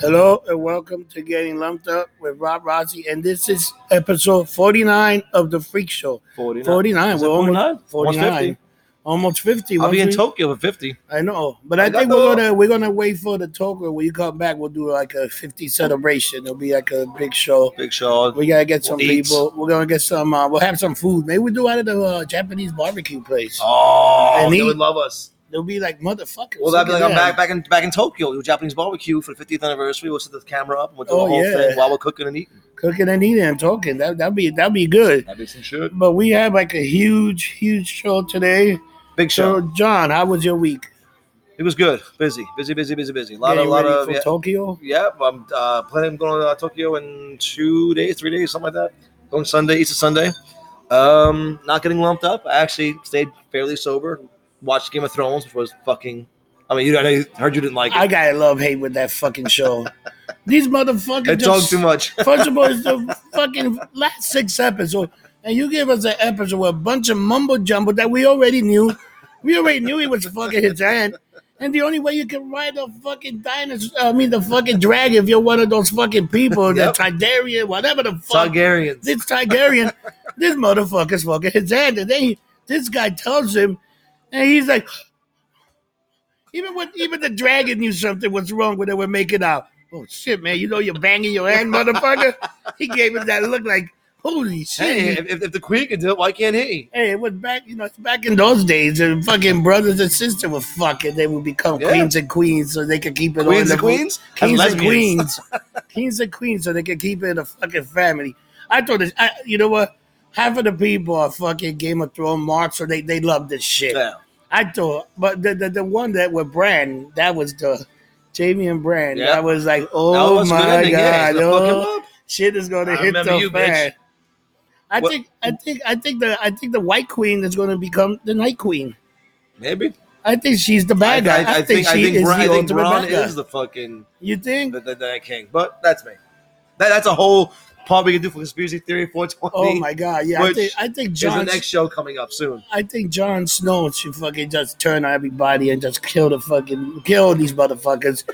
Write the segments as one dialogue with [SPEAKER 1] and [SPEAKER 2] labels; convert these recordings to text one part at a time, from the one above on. [SPEAKER 1] Hello and welcome to Getting Lumped Up with Rob Rossi, and this is episode 49 of the Freak Show.
[SPEAKER 2] 49.
[SPEAKER 1] 49,
[SPEAKER 2] Is
[SPEAKER 1] we're
[SPEAKER 2] it
[SPEAKER 1] almost
[SPEAKER 2] 49?
[SPEAKER 1] 49,
[SPEAKER 2] 150.
[SPEAKER 1] almost 50.
[SPEAKER 2] I'll be in
[SPEAKER 1] Once we-
[SPEAKER 2] Tokyo at 50.
[SPEAKER 1] I know, but I,
[SPEAKER 2] I got
[SPEAKER 1] think we're
[SPEAKER 2] the- uh,
[SPEAKER 1] gonna we're gonna wait for the talker. When you come back, we'll do like a 50 celebration. It'll be like a big show.
[SPEAKER 2] Big show.
[SPEAKER 1] We gotta get some
[SPEAKER 2] We'll eat.
[SPEAKER 1] people. We're gonna get some. Uh, we'll have some food. Maybe we do out of the uh, Japanese barbecue place.
[SPEAKER 2] Oh,
[SPEAKER 1] And
[SPEAKER 2] they
[SPEAKER 1] he-
[SPEAKER 2] would love us.
[SPEAKER 1] They'll be like motherfuckers.
[SPEAKER 2] Well, that'd be
[SPEAKER 1] look at
[SPEAKER 2] like I'm
[SPEAKER 1] that.
[SPEAKER 2] back, back in back in Tokyo. Do Japanese barbecue for the 50th anniversary. We'll set the camera up and we'll do
[SPEAKER 1] Oh,
[SPEAKER 2] the whole
[SPEAKER 1] yeah.
[SPEAKER 2] thing while we're cooking and eating.
[SPEAKER 1] cooking and eating and talking. That that'd be that'd be good.
[SPEAKER 2] That'd be some shit.
[SPEAKER 1] But we have like a huge, huge show today.
[SPEAKER 2] Big
[SPEAKER 1] So,
[SPEAKER 2] show.
[SPEAKER 1] John, how was your week?
[SPEAKER 2] It was good. Busy, busy, busy, busy, busy. A lot of,
[SPEAKER 1] Getting
[SPEAKER 2] lot
[SPEAKER 1] ready
[SPEAKER 2] of.
[SPEAKER 1] for
[SPEAKER 2] Yeah,
[SPEAKER 1] Tokyo.
[SPEAKER 2] yeah I'm uh, planning on going to uh, Tokyo in two days, three days, something like that. Going Sunday, Easter Sunday. Um, not getting lumped up. I actually stayed fairly sober. Watched Game of Thrones, which was fucking. I mean, you I know you- heard you didn't like it.
[SPEAKER 1] I got to love hate with that fucking show. These motherfuckers
[SPEAKER 2] It talked
[SPEAKER 1] just
[SPEAKER 2] too much.
[SPEAKER 1] First of all, it's the fucking last six episodes, and you give us an episode with a bunch of mumbo jumbo that we already knew. We already knew he was fucking his aunt. And the only way you can ride a fucking dinosaur, I mean, the fucking dragon, if you're one of those fucking people,
[SPEAKER 2] Yep.
[SPEAKER 1] the Targaryen, whatever the fuck,
[SPEAKER 2] Targaryens.
[SPEAKER 1] this Targaryen, this motherfucker's fucking his aunt. And then he, this guy tells him, and he's like, even when even the dragon knew something was wrong when they were making out. Oh shit, man! You know you're banging your hand, motherfucker. He gave him that look like, holy shit!
[SPEAKER 2] Hey,
[SPEAKER 1] Hey,
[SPEAKER 2] if, if- if the queen can do it, why can't he?
[SPEAKER 1] it was back, you know, it's back in those days, and fucking brothers and sisters were fucking. They would become
[SPEAKER 2] Yeah.
[SPEAKER 1] queens and queens, so they could keep it
[SPEAKER 2] Queens
[SPEAKER 1] on
[SPEAKER 2] and
[SPEAKER 1] the
[SPEAKER 2] queens?
[SPEAKER 1] kings
[SPEAKER 2] That's
[SPEAKER 1] and
[SPEAKER 2] lesbians.
[SPEAKER 1] queens, kings and queens, so they can keep it in a fucking family. I thought this. I, you know what? Half of the people are fucking Game of Thrones marks, so they they love this shit.
[SPEAKER 2] Yeah.
[SPEAKER 1] I thought, but the, the the one that with Brand, that was the Jamie and Brand.
[SPEAKER 2] Yeah.
[SPEAKER 1] That was like,
[SPEAKER 2] That
[SPEAKER 1] oh
[SPEAKER 2] was good
[SPEAKER 1] my
[SPEAKER 2] ending, yeah,
[SPEAKER 1] god,
[SPEAKER 2] it's a fucking
[SPEAKER 1] oh,
[SPEAKER 2] love.
[SPEAKER 1] shit is gonna
[SPEAKER 2] I
[SPEAKER 1] hit
[SPEAKER 2] remember
[SPEAKER 1] the
[SPEAKER 2] you, bitch.
[SPEAKER 1] fan. I
[SPEAKER 2] What-
[SPEAKER 1] think, I think, I think the I think the White Queen is gonna become the Night Queen.
[SPEAKER 2] Maybe.
[SPEAKER 1] I think she's the bad guy. I, think,
[SPEAKER 2] I
[SPEAKER 1] she
[SPEAKER 2] think
[SPEAKER 1] is
[SPEAKER 2] Bron,
[SPEAKER 1] the
[SPEAKER 2] I think
[SPEAKER 1] ultimate
[SPEAKER 2] Bron
[SPEAKER 1] bad guy.
[SPEAKER 2] is the fucking
[SPEAKER 1] you think?
[SPEAKER 2] the, the, the king. But that's me. That, that's a whole part we can do for conspiracy theory 420.
[SPEAKER 1] Oh my god, yeah. I
[SPEAKER 2] which
[SPEAKER 1] think I think
[SPEAKER 2] There's the
[SPEAKER 1] John.
[SPEAKER 2] next show coming up soon.
[SPEAKER 1] I think Jon Snow should fucking just turn on everybody and just kill the fucking kill these motherfuckers,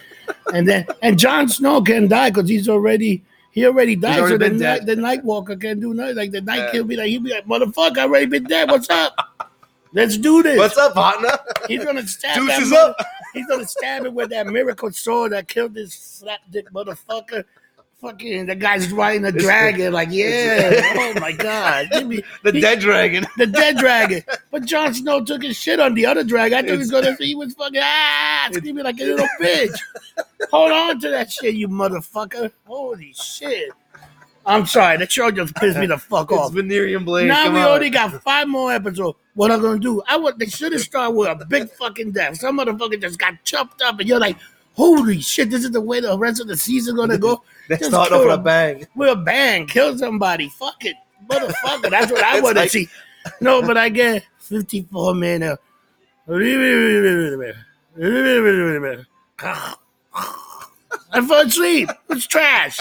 [SPEAKER 1] and then and Jon Snow can die because he's already he already died.
[SPEAKER 2] already
[SPEAKER 1] so the
[SPEAKER 2] been
[SPEAKER 1] night
[SPEAKER 2] dead.
[SPEAKER 1] the Night Walker can do nothing. Like the Night
[SPEAKER 2] Yeah.
[SPEAKER 1] Kill be like he be like motherfucker, I already been dead. What's up? Let's do this.
[SPEAKER 2] What's up, partner?
[SPEAKER 1] he's gonna stab that
[SPEAKER 2] Deuces
[SPEAKER 1] mother-
[SPEAKER 2] up.
[SPEAKER 1] He's gonna stab it with that miracle sword that killed this slap dick motherfucker. Fucking the guy's riding a
[SPEAKER 2] It's-
[SPEAKER 1] dragon. Like yeah,
[SPEAKER 2] it's-
[SPEAKER 1] oh my god, give me
[SPEAKER 2] The
[SPEAKER 1] He-
[SPEAKER 2] dead dragon.
[SPEAKER 1] the dead dragon. But Jon Snow took his shit on the other dragon. I thought he was gonna he was fucking ah screaming like a little bitch. Hold on to that shit, you motherfucker. Holy shit. I'm sorry, that show just pissed me the fuck
[SPEAKER 2] It's
[SPEAKER 1] off.
[SPEAKER 2] Venerian Blade.
[SPEAKER 1] Now
[SPEAKER 2] Come
[SPEAKER 1] we
[SPEAKER 2] on.
[SPEAKER 1] only got five more episodes. What I'm gonna do? I want they should have started with a big fucking death. Some motherfucker just got chopped up and you're like, holy shit, this is the way the rest of the season gonna go.
[SPEAKER 2] They
[SPEAKER 1] just
[SPEAKER 2] start off with
[SPEAKER 1] kill
[SPEAKER 2] a bang.
[SPEAKER 1] Well, bang, kill somebody. Fuck it. Motherfucker. That's what I
[SPEAKER 2] It's
[SPEAKER 1] want to
[SPEAKER 2] like-
[SPEAKER 1] see. No, but I get 54 minutes. I fell asleep. It's trash.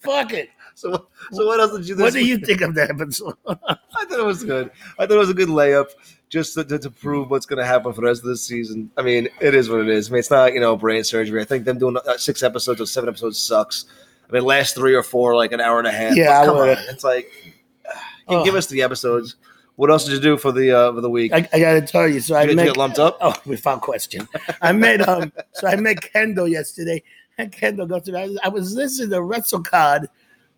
[SPEAKER 1] Fuck it.
[SPEAKER 2] So, so what else did you?
[SPEAKER 1] What
[SPEAKER 2] this
[SPEAKER 1] do you think of that episode?
[SPEAKER 2] I thought it was good. I thought it was a good layup just to, to, to prove what's going to happen for the rest of this season. I mean, it is what it is. I mean, it's not, you know, brain surgery. I think them doing uh, six episodes or seven episodes sucks. I mean, last three or four, like an hour and a half.
[SPEAKER 1] Yeah,
[SPEAKER 2] Like,
[SPEAKER 1] I
[SPEAKER 2] come on.
[SPEAKER 1] would-
[SPEAKER 2] It's like, you
[SPEAKER 1] Oh.
[SPEAKER 2] give us the episodes. What else did you do for the uh, for the week?
[SPEAKER 1] I, I gotta tell you. So
[SPEAKER 2] Did
[SPEAKER 1] I
[SPEAKER 2] you, did you
[SPEAKER 1] met.
[SPEAKER 2] get lumped up?
[SPEAKER 1] Oh, without question. I met um. So I met Kendall yesterday, and Kendall goes to. I, I was listening to WrestleCard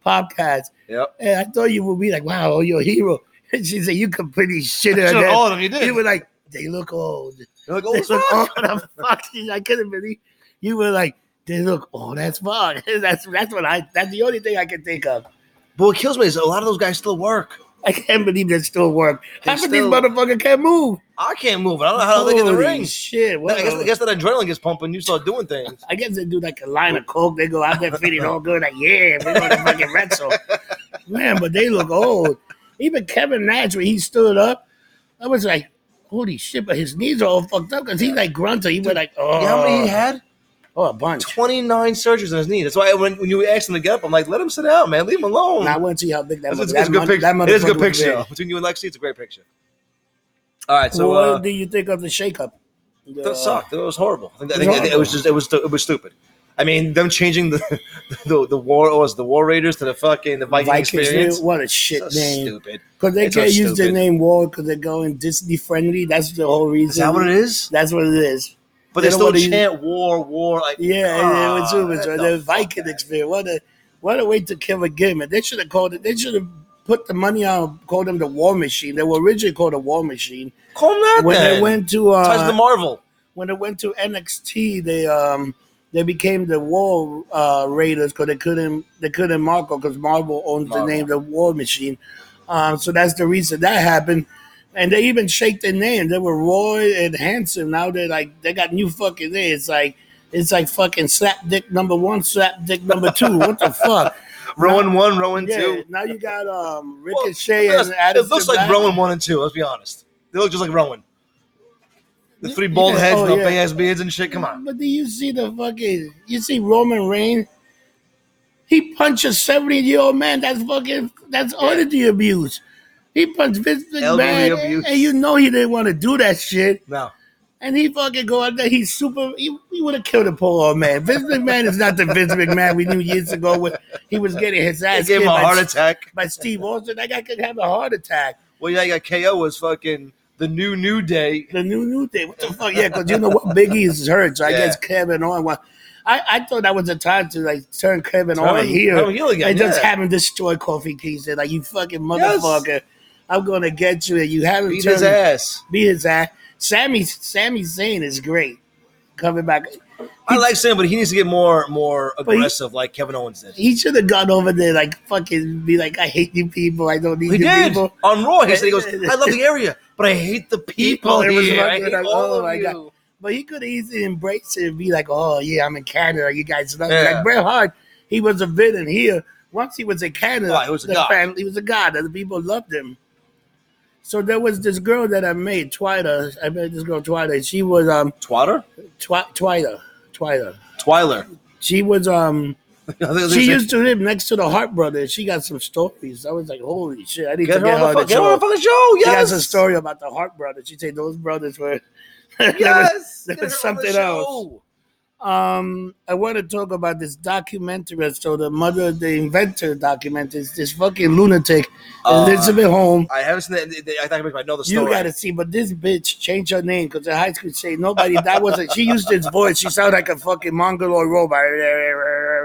[SPEAKER 1] podcast,
[SPEAKER 2] Yep.
[SPEAKER 1] And I thought you would be like, wow, you're a hero. And she said, you completely shit on
[SPEAKER 2] Should've
[SPEAKER 1] them.
[SPEAKER 2] all of you did.
[SPEAKER 1] You were like, they look old.
[SPEAKER 2] You're like,
[SPEAKER 1] They
[SPEAKER 2] oh,
[SPEAKER 1] look old.
[SPEAKER 2] fuck.
[SPEAKER 1] I'm fucking, I couldn't believe you were like, they look old as fuck. That's that's what I. That's the only thing I can think of.
[SPEAKER 2] But what kills me is a lot of those guys still work.
[SPEAKER 1] I can't believe they still work.
[SPEAKER 2] They
[SPEAKER 1] Half of these
[SPEAKER 2] still-
[SPEAKER 1] motherfuckers can't move.
[SPEAKER 2] I can't move. I don't know how they get in the
[SPEAKER 1] Holy
[SPEAKER 2] ring.
[SPEAKER 1] Shit. Well,
[SPEAKER 2] I guess, I guess that adrenaline gets pumping. You start doing things.
[SPEAKER 1] they do like a line of coke. They go out there feeling all good. Like, yeah, we're going to fucking wrestle. Man, but they look old. Even Kevin Nash, when he stood up, I was like, holy shit, but his knees are all fucked up because he's like grunter. He was like, oh,
[SPEAKER 2] You know how many he had?
[SPEAKER 1] oh, a bunch.
[SPEAKER 2] 29 surgeries on his knee. That's why when, when you asked him to get up, I'm like, let him sit down, man. Leave him alone.
[SPEAKER 1] Now I want to see how big that
[SPEAKER 2] That's-
[SPEAKER 1] was.
[SPEAKER 2] it's, it's a good picture. It is a good picture. Between you and Lexi, it's a great picture. All right, so
[SPEAKER 1] what
[SPEAKER 2] uh,
[SPEAKER 1] do you think of the shakeup? The-
[SPEAKER 2] that sucked. It was horrible. I think, I
[SPEAKER 1] Uh, It was
[SPEAKER 2] think- I think it was
[SPEAKER 1] horrible.
[SPEAKER 2] just it was stu- it was stupid. I mean, them changing the the, the war or was it the War Raiders to the fucking the Viking
[SPEAKER 1] Vikings,
[SPEAKER 2] experience.
[SPEAKER 1] what a shit
[SPEAKER 2] so
[SPEAKER 1] name.
[SPEAKER 2] stupid.
[SPEAKER 1] Because they
[SPEAKER 2] It's so
[SPEAKER 1] can't use their
[SPEAKER 2] stupid.
[SPEAKER 1] name War because they're going Disney friendly. That's the whole reason.
[SPEAKER 2] Is that what it is?
[SPEAKER 1] That's what it is.
[SPEAKER 2] But
[SPEAKER 1] They
[SPEAKER 2] they,
[SPEAKER 1] don't
[SPEAKER 2] still
[SPEAKER 1] wanna use-
[SPEAKER 2] chant war, war. Like,
[SPEAKER 1] Yeah,
[SPEAKER 2] ah,
[SPEAKER 1] it was humans,
[SPEAKER 2] what
[SPEAKER 1] right?
[SPEAKER 2] the
[SPEAKER 1] The
[SPEAKER 2] fuck,
[SPEAKER 1] Viking
[SPEAKER 2] man?
[SPEAKER 1] experience. What a what a way to kill a gimmick. They should have called it. They should have put the money on called them the War Machine. They were originally called the War Machine.
[SPEAKER 2] Call them that
[SPEAKER 1] When
[SPEAKER 2] then.
[SPEAKER 1] they went to uh,
[SPEAKER 2] Touch the Marvel.
[SPEAKER 1] when they went to NXT, they um they became the War uh, Raiders because they couldn't they couldn't Marco because Marvel owns
[SPEAKER 2] Marvel.
[SPEAKER 1] the name the War Machine, um, so that's the reason that happened. And they even shake their name. They were Roy and Handsome. Now they're like they got new fucking names. It's like it's like fucking slap dick number one, slap dick number two. What the fuck?
[SPEAKER 2] Rowan one, Rowan
[SPEAKER 1] Yeah,
[SPEAKER 2] two.
[SPEAKER 1] now you got um
[SPEAKER 2] Well,
[SPEAKER 1] Ricochet
[SPEAKER 2] it, does-
[SPEAKER 1] and Adam.
[SPEAKER 2] it looks like Rowan one and two. Let's be honest. They look just like Rowan. The three bald
[SPEAKER 1] Yeah,
[SPEAKER 2] heads,
[SPEAKER 1] oh,
[SPEAKER 2] no
[SPEAKER 1] yeah.
[SPEAKER 2] big ass beards and shit. Come on.
[SPEAKER 1] But do you see the fucking? You see Roman Reigns? He punched a seventy-year-old man. That's fucking. That's auditory abuse. He punched Vince
[SPEAKER 2] Elderly
[SPEAKER 1] McMahon,
[SPEAKER 2] abuse.
[SPEAKER 1] and you know he didn't want to do that shit.
[SPEAKER 2] No.
[SPEAKER 1] And he fucking go out there. He's super. He, he would have killed a poor old man. Vince McMahon is not the Vince McMahon we knew years ago when he was getting his
[SPEAKER 2] They
[SPEAKER 1] ass
[SPEAKER 2] gave him
[SPEAKER 1] kicked
[SPEAKER 2] a
[SPEAKER 1] by,
[SPEAKER 2] heart attack.
[SPEAKER 1] by Steve Austin. That guy could have a heart attack.
[SPEAKER 2] Well, yeah, yeah. KO was fucking the new new day.
[SPEAKER 1] The new new thing. What the fuck? Yeah, because you know what Biggie is hurt. So I
[SPEAKER 2] Yeah.
[SPEAKER 1] guess Kevin Owens. wa- I, I thought that was the time to like turn Kevin
[SPEAKER 2] Turn
[SPEAKER 1] Owens
[SPEAKER 2] him-
[SPEAKER 1] heel.
[SPEAKER 2] turn him heel again,
[SPEAKER 1] And just
[SPEAKER 2] yeah.
[SPEAKER 1] have him destroy Kofi Kingston. Like you fucking
[SPEAKER 2] Yes.
[SPEAKER 1] motherfucker. I'm gonna get you. And you haven't
[SPEAKER 2] Beat his ass.
[SPEAKER 1] Beat his ass. Sammy Sammy Zayn is great. Coming back.
[SPEAKER 2] I like Sam, but he needs to get more more
[SPEAKER 1] he-
[SPEAKER 2] aggressive, like Kevin Owens did.
[SPEAKER 1] He should have gone over there like fucking be like, I hate you people. I don't need
[SPEAKER 2] He
[SPEAKER 1] you
[SPEAKER 2] did
[SPEAKER 1] people.
[SPEAKER 2] on Raw. He said, "He goes, I love the area, but I hate the
[SPEAKER 1] People,
[SPEAKER 2] people
[SPEAKER 1] it was
[SPEAKER 2] here. I
[SPEAKER 1] like-
[SPEAKER 2] hate
[SPEAKER 1] like,
[SPEAKER 2] all
[SPEAKER 1] oh
[SPEAKER 2] of
[SPEAKER 1] my
[SPEAKER 2] you."
[SPEAKER 1] God. But he could easily embrace it and be like, "Oh yeah, I'm in Canada. You guys love me."
[SPEAKER 2] Yeah.
[SPEAKER 1] Like Bret Hart, he was a villain here. Once he was in Canada,
[SPEAKER 2] Oh, he was a
[SPEAKER 1] the
[SPEAKER 2] god.
[SPEAKER 1] fan- he was a god. and The people loved him. So there was this girl that I made, Twida. I met this girl Twida. She was um
[SPEAKER 2] Twatter,
[SPEAKER 1] Twi- Twida, Twida.
[SPEAKER 2] Twiler.
[SPEAKER 1] She was um
[SPEAKER 2] I think that's
[SPEAKER 1] she
[SPEAKER 2] it.
[SPEAKER 1] used to live next to the Hart brothers. She got some stories. I was like, "Holy shit! I need to
[SPEAKER 2] get her
[SPEAKER 1] get her
[SPEAKER 2] on the,
[SPEAKER 1] on
[SPEAKER 2] fuck,
[SPEAKER 1] the
[SPEAKER 2] get her on
[SPEAKER 1] show."
[SPEAKER 2] the fucking show.
[SPEAKER 1] She has
[SPEAKER 2] Yes,
[SPEAKER 1] a story about the Hart brothers. She said those brothers were there was-
[SPEAKER 2] Yes,
[SPEAKER 1] there
[SPEAKER 2] Get
[SPEAKER 1] was
[SPEAKER 2] her on the
[SPEAKER 1] something
[SPEAKER 2] show.
[SPEAKER 1] else. Um, I want to talk about this documentary. So the mother, the inventor documentary, is this fucking lunatic,
[SPEAKER 2] Uh,
[SPEAKER 1] Elizabeth Holm.
[SPEAKER 2] I haven't seen that. I think I know the story.
[SPEAKER 1] You gotta see, but this bitch changed her name because in high school say nobody. That wasn't. She used this voice. She sounded like a fucking mongoloid robot.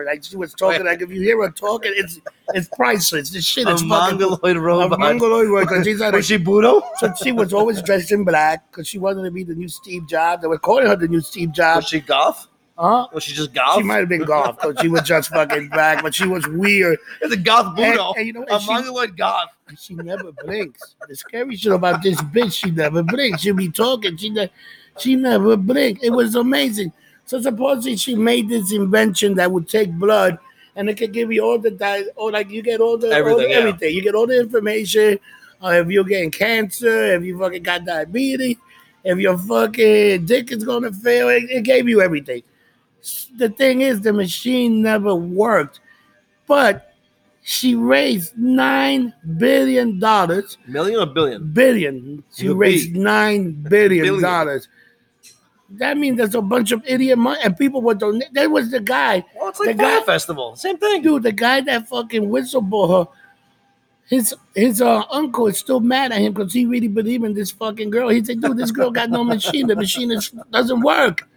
[SPEAKER 1] Like she was talking. Like if you hear her talking, it's it's priceless. This shit
[SPEAKER 2] a
[SPEAKER 1] is fucking
[SPEAKER 2] mongoloid
[SPEAKER 1] a
[SPEAKER 2] robot.
[SPEAKER 1] mongoloid robot. 'cause She's not a
[SPEAKER 2] Was she Budo?
[SPEAKER 1] so she was always dressed in black because she wanted to be the new Steve Jobs. They were calling her the new Steve
[SPEAKER 2] Was
[SPEAKER 1] Jobs. Uh-huh.
[SPEAKER 2] she Goth?
[SPEAKER 1] Huh?
[SPEAKER 2] Was she just Goth?
[SPEAKER 1] She might have been golf because she was just fucking black, but she was weird.
[SPEAKER 2] It's a Goth
[SPEAKER 1] And,
[SPEAKER 2] Budo.
[SPEAKER 1] and you know,
[SPEAKER 2] a
[SPEAKER 1] and she,
[SPEAKER 2] mongoloid Goth.
[SPEAKER 1] she never blinks. The scary shit about this bitch, she never blinks. She'll be talking, she ne- she never blinked. It was amazing. So supposedly she made this invention that would take blood and it could give you all the di- all like you get all the all the-
[SPEAKER 2] Everything, yeah.
[SPEAKER 1] everything. You get all the information. Uh, if you're getting cancer, if you fucking got diabetes, if your fucking dick is gonna fail, it, it gave you everything. The thing is, the machine never worked, but she raised nine billion dollars
[SPEAKER 2] Million or billion?
[SPEAKER 1] billion. She
[SPEAKER 2] The
[SPEAKER 1] raised
[SPEAKER 2] B.
[SPEAKER 1] nine billion
[SPEAKER 2] Billion.
[SPEAKER 1] dollars. That means there's a bunch of idiot money and people were donating. There was the guy,
[SPEAKER 2] Well, it's
[SPEAKER 1] The
[SPEAKER 2] like
[SPEAKER 1] guy-
[SPEAKER 2] Fire Festival. Same thing.
[SPEAKER 1] dude, the guy that fucking whistleblower. His his uh, uncle is still mad at him because he really believed in this fucking girl. He said, "Dude, this girl got no machine. The machine is, doesn't work."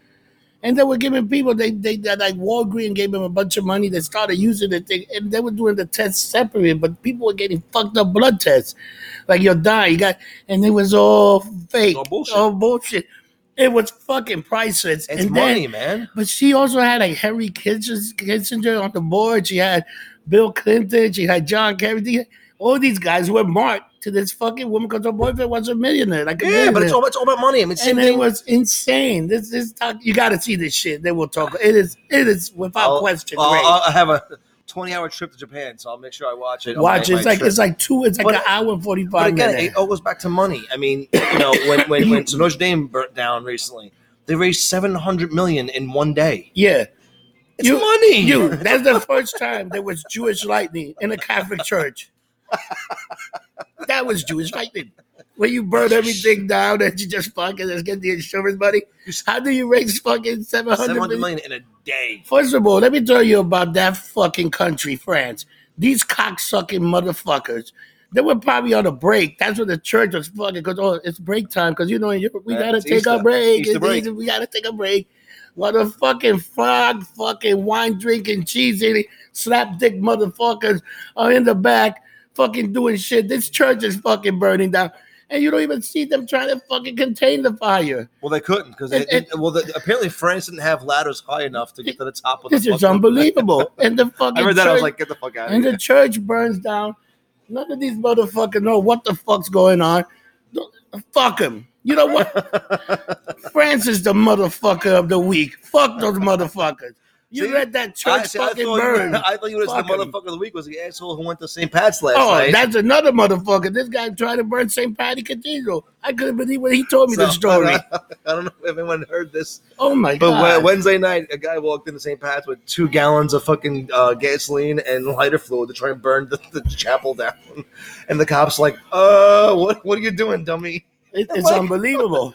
[SPEAKER 1] And they were giving people they they that like Walgreens gave them a bunch of money. They started using the thing, and they were doing the tests separate. But people were getting fucked up blood tests, like you're dying. You got, and it was all fake,
[SPEAKER 2] All bullshit.
[SPEAKER 1] all bullshit. It was fucking priceless.
[SPEAKER 2] It's
[SPEAKER 1] and then
[SPEAKER 2] money, man.
[SPEAKER 1] but she also had like Henry Kissinger Kissinger on the board. She had Bill Clinton. She had John Kennedy. All these guys were marked to this fucking woman because her boyfriend was a millionaire. Like a
[SPEAKER 2] Yeah, but
[SPEAKER 1] millionaire.
[SPEAKER 2] it's all, it's all about money. I mean, it's
[SPEAKER 1] and
[SPEAKER 2] same
[SPEAKER 1] it
[SPEAKER 2] thing.
[SPEAKER 1] was insane. This this doc, you got to see this shit. Then we'll talk. It is it is without
[SPEAKER 2] I'll-
[SPEAKER 1] question.
[SPEAKER 2] I'll-
[SPEAKER 1] great.
[SPEAKER 2] I'll- I have a 20 hour trip to Japan, so I'll make sure I watch it. on
[SPEAKER 1] Watch
[SPEAKER 2] my-
[SPEAKER 1] it's
[SPEAKER 2] my
[SPEAKER 1] like
[SPEAKER 2] trip.
[SPEAKER 1] it's like two. It's like
[SPEAKER 2] But-
[SPEAKER 1] an hour and forty
[SPEAKER 2] But
[SPEAKER 1] five
[SPEAKER 2] again, it
[SPEAKER 1] minutes.
[SPEAKER 2] all goes back to money. I mean, you know, when when, when so Notre Dame burnt down recently, they raised 700 million in one day.
[SPEAKER 1] Yeah,
[SPEAKER 2] It's
[SPEAKER 1] You-
[SPEAKER 2] money.
[SPEAKER 1] you. That's the first time there was Jewish lightning in a Catholic church. that was Jewish lightning. When you burn everything down and you just fucking just get the insurance money, how do you raise fucking 700
[SPEAKER 2] 700
[SPEAKER 1] million?
[SPEAKER 2] million in a day.
[SPEAKER 1] First of all, let me tell you about that fucking country, France. These cocksucking motherfuckers. They were probably on a break. That's when the church was fucking because oh, it's break time because you know in Europe we
[SPEAKER 2] Yeah,
[SPEAKER 1] gotta
[SPEAKER 2] it's
[SPEAKER 1] take
[SPEAKER 2] Easter.
[SPEAKER 1] a break.
[SPEAKER 2] Easter
[SPEAKER 1] It's
[SPEAKER 2] break.
[SPEAKER 1] Easter, we gotta take a break. While the fucking frog, fucking wine drinking, cheese eating, slap dick motherfuckers are in the back, fucking doing shit. This church is fucking burning down, and you don't even see them trying to fucking contain the fire.
[SPEAKER 2] Well, they couldn't because they
[SPEAKER 1] And- and-
[SPEAKER 2] didn't- well, the, apparently France didn't have ladders high enough to get to the top of the.
[SPEAKER 1] This is
[SPEAKER 2] fucking-
[SPEAKER 1] unbelievable. and the fucking
[SPEAKER 2] I read that. I was
[SPEAKER 1] church-
[SPEAKER 2] like, get the fuck out of
[SPEAKER 1] and
[SPEAKER 2] here.
[SPEAKER 1] the church burns down. None of these motherfuckers know what the fuck's going on. Don't- Fuck them. You know what? France is the motherfucker of the week. Fuck those motherfuckers. You
[SPEAKER 2] See?
[SPEAKER 1] let that
[SPEAKER 2] I,
[SPEAKER 1] church
[SPEAKER 2] see, I thought
[SPEAKER 1] fucking
[SPEAKER 2] you,
[SPEAKER 1] burn.
[SPEAKER 2] I thought you was the
[SPEAKER 1] Fuck 'em.
[SPEAKER 2] motherfucker of the week was the asshole who went to St. Pat's last
[SPEAKER 1] Oh,
[SPEAKER 2] night.
[SPEAKER 1] that's another motherfucker. This guy tried to burn St. Patty Cathedral. I couldn't believe when he told me
[SPEAKER 2] So,
[SPEAKER 1] the story.
[SPEAKER 2] I don't know if anyone heard this,
[SPEAKER 1] Oh my
[SPEAKER 2] but
[SPEAKER 1] god!
[SPEAKER 2] Wed- Wednesday night, a guy walked into St. Pat's with two gallons of fucking uh, gasoline and lighter fluid to try and burn the, the chapel down, and the cops like, "Uh, what? What are you doing, dummy?"
[SPEAKER 1] It- it's
[SPEAKER 2] What?
[SPEAKER 1] unbelievable.